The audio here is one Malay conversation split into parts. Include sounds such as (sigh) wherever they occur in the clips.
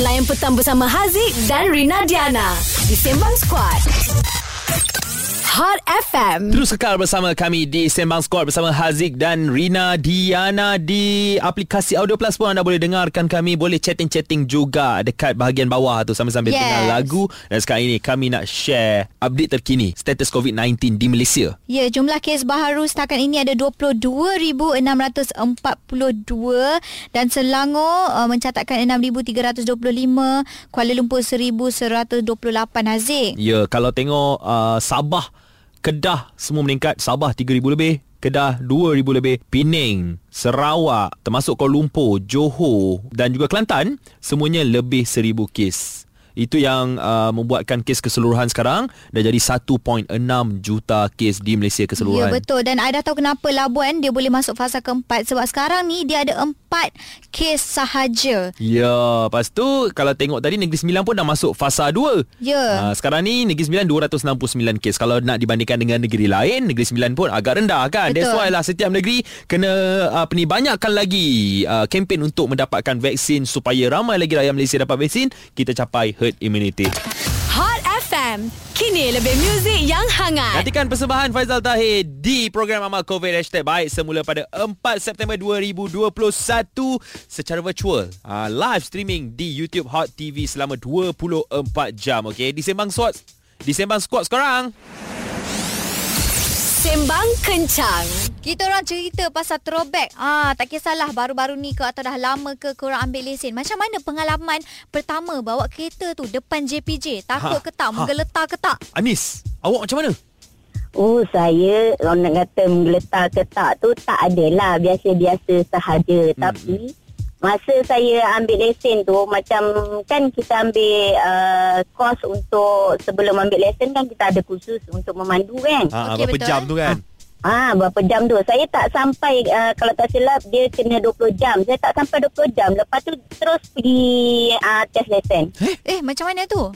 Layan petang bersama Haziq dan Rina Diana di Sembang Squad. Hot FM. Terus kekal bersama kami di Sembang Squad bersama Haziq dan Rina Diana di aplikasi Audio Plus pun anda boleh dengarkan kami boleh chatting-chatting juga dekat bahagian bawah tu Yes. sambil-sambil dengar lagu dan sekarang ini kami nak share update terkini status COVID-19 di Malaysia. Ya, jumlah kes baharu setakat ini ada 22,642 dan Selangor uh, mencatatkan 6,325, Kuala Lumpur 1,128 Haziq. Ya, kalau tengok uh, Sabah, Kedah semua meningkat. Sabah 3,000 lebih, Kedah 2,000 lebih, Penang, Sarawak, termasuk Kuala Lumpur, Johor dan juga Kelantan, semuanya lebih 1,000 kes. Itu yang uh, membuatkan kes keseluruhan sekarang dah jadi 1.6 juta kes di Malaysia Ya keseluruhan. betul dan I dah tahu kenapa Labuan dia boleh masuk fasa keempat sebab sekarang ni dia ada empat kes sahaja. Ya, lepas tu kalau tengok tadi Negeri Sembilan pun dah masuk fasa 2. Ya. Ha, sekarang ni Negeri Sembilan 269 kes. Kalau nak dibandingkan dengan negeri lain, Negeri Sembilan pun agak rendah kan. That's Betul. why lah setiap negeri kena apa ni banyakkan lagi uh, kempen untuk mendapatkan vaksin supaya ramai lagi rakyat Malaysia dapat vaksin, kita capai herd immunity. Hot FM. Kini lebih muzik yang hangat. Nantikan persembahan Faizal Tahir di program Amal COVID Hashtag Baik semula pada 4 September 2021 secara virtual. Uh, live streaming di YouTube Hot TV selama 24 jam. Okay? Di Sembang Squad. Di Sembang Squad sekarang. Sembang Kencang. Kita orang cerita pasal throwback. Ah, tak kisahlah baru-baru ni ke atau dah lama ke korang ambil lesen. Macam mana pengalaman pertama bawa kereta tu depan JPJ? Takut Ha, ke tak? ha. Menggeletar ke tak? Anis, awak macam mana? Oh saya orang nak kata menggeletar ke tak tu tak adalah biasa-biasa sahaja hmm. tapi masa saya ambil lesen tu macam kan kita ambil uh, kos untuk sebelum ambil lesen kan kita ada kursus untuk memandu kan. Ha, Okey, berapa betul. jam tu kan? Ah berapa jam tu? Saya tak sampai uh, kalau tak silap dia kena 20 jam. Saya tak sampai 20 jam. Lepas tu terus pergi uh, test lesen. Eh, macam mana tu?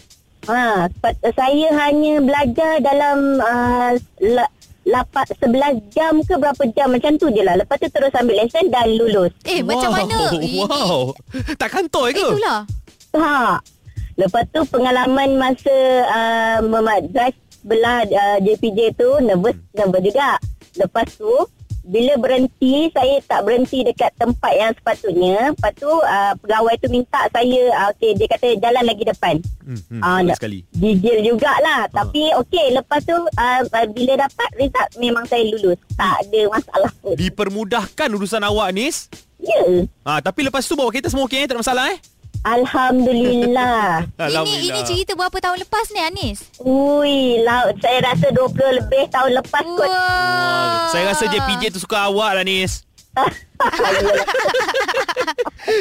Ha, pat- saya hanya belajar dalam uh, la, lapan, 11 jam ke berapa jam macam tu je lah. Lepas tu terus ambil lesen dan lulus. Eh, wow. macam mana? (laughs) Wow. Tak kantoi Eh, ke? itulah. Ha. Lepas tu pengalaman masa uh, memat drive belah uh, JPJ tu nervous nervous juga. Lepas tu bila berhenti saya tak berhenti dekat tempat yang sepatutnya. Lepas tu uh, pegawai tu minta saya uh, okey dia kata jalan lagi depan. Hmm, hmm, Ah, boleh nak- sekali. Ah. Gigil jugalah ha. Tapi okey Lepas tu uh, uh, Bila dapat result Memang saya lulus Tak ada masalah pun Dipermudahkan urusan awak, Anis. Ya Ha, tapi lepas tu bawa kereta semua okey, eh? tak ada masalah eh? (laughs) Alhamdulillah Ini ini cerita berapa tahun lepas ni Anis? Ui laut Saya rasa 20 lebih tahun lepas kot Wow. Saya rasa JPJ tu suka awak lah, Nis. (laughs)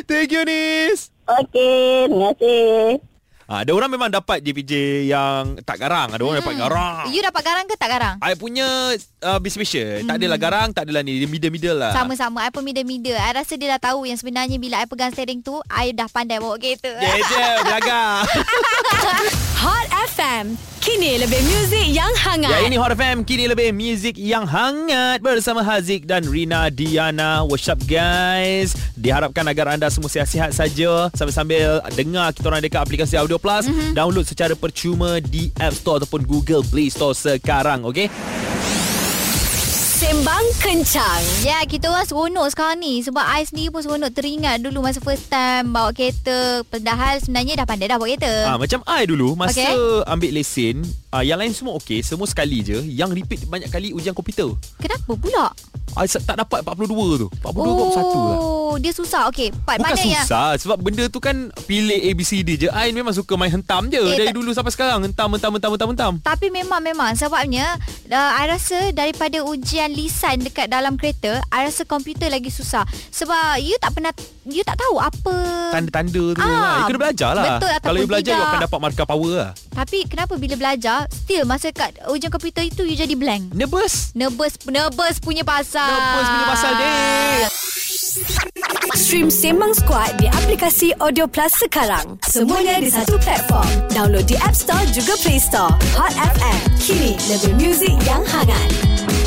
Thank you, Nis. Okey Terima kasih Ha, ada orang memang dapat JPJ yang tak garang. Ada orang hmm. dapat garang. You dapat garang ke tak garang? I punya uh, special. Tak adalah garang, tak adalah ni. Dia middle-middle lah. Sama-sama I pun mida-mida I rasa dia dah tahu Yang sebenarnya Bila I pegang steering tu I dah pandai bawa kereta Yeah, je, (laughs) belagak. Hot FM. Kini lebih muzik yang hangat. Ya ini Hot FM Kini lebih Music yang hangat Bersama Haziq dan Rina Diana What's up guys Diharapkan agar anda semua sihat-sihat saja Sambil-sambil dengar kita orang dekat aplikasi Audio Plus mm-hmm. Download secara percuma di App Store Ataupun Google Play Store sekarang Okay Sembang Kencang. Ya, kita orang seronok sekarang ni sebab I sendiri pun seronok teringat dulu masa first time bawa kereta. Padahal sebenarnya dah pandai dah bawa kereta. Ah, Macam I dulu Masa Okay. okay. ambil lesen ah, Yang lain semua okay Semua sekali je Yang repeat banyak kali ujian komputer Kenapa pula? I se- tak dapat 42 tu 42 41 lah Oh, dia susah. Okey, part Bukan mana yang susah ya? Sebab benda tu kan Pilih ABCD je Ain memang suka main hentam je Eh, Dari tak- dulu sampai sekarang Hentam, hentam, hentam, hentam, hentam tapi memang memang sebabnya uh, I rasa daripada ujian lisan dekat dalam kereta, I rasa komputer lagi susah. Sebab you tak pernah you tak tahu apa. Tanda-tanda tu Ah, lah You kena belajar lah betul ataupun Kalau you belajar You tidak. akan dapat markah power lah Tapi kenapa bila belajar still masa kat ujian komputer itu you jadi blank. Nervous Nervous nervous punya pasal. Nervous punya pasal dia Stream Sembang Squad di aplikasi Audio Plus sekarang. Semuanya di satu platform. Download di App Store juga Play Store. Hot FM. Kini lebih muzik yang hangat.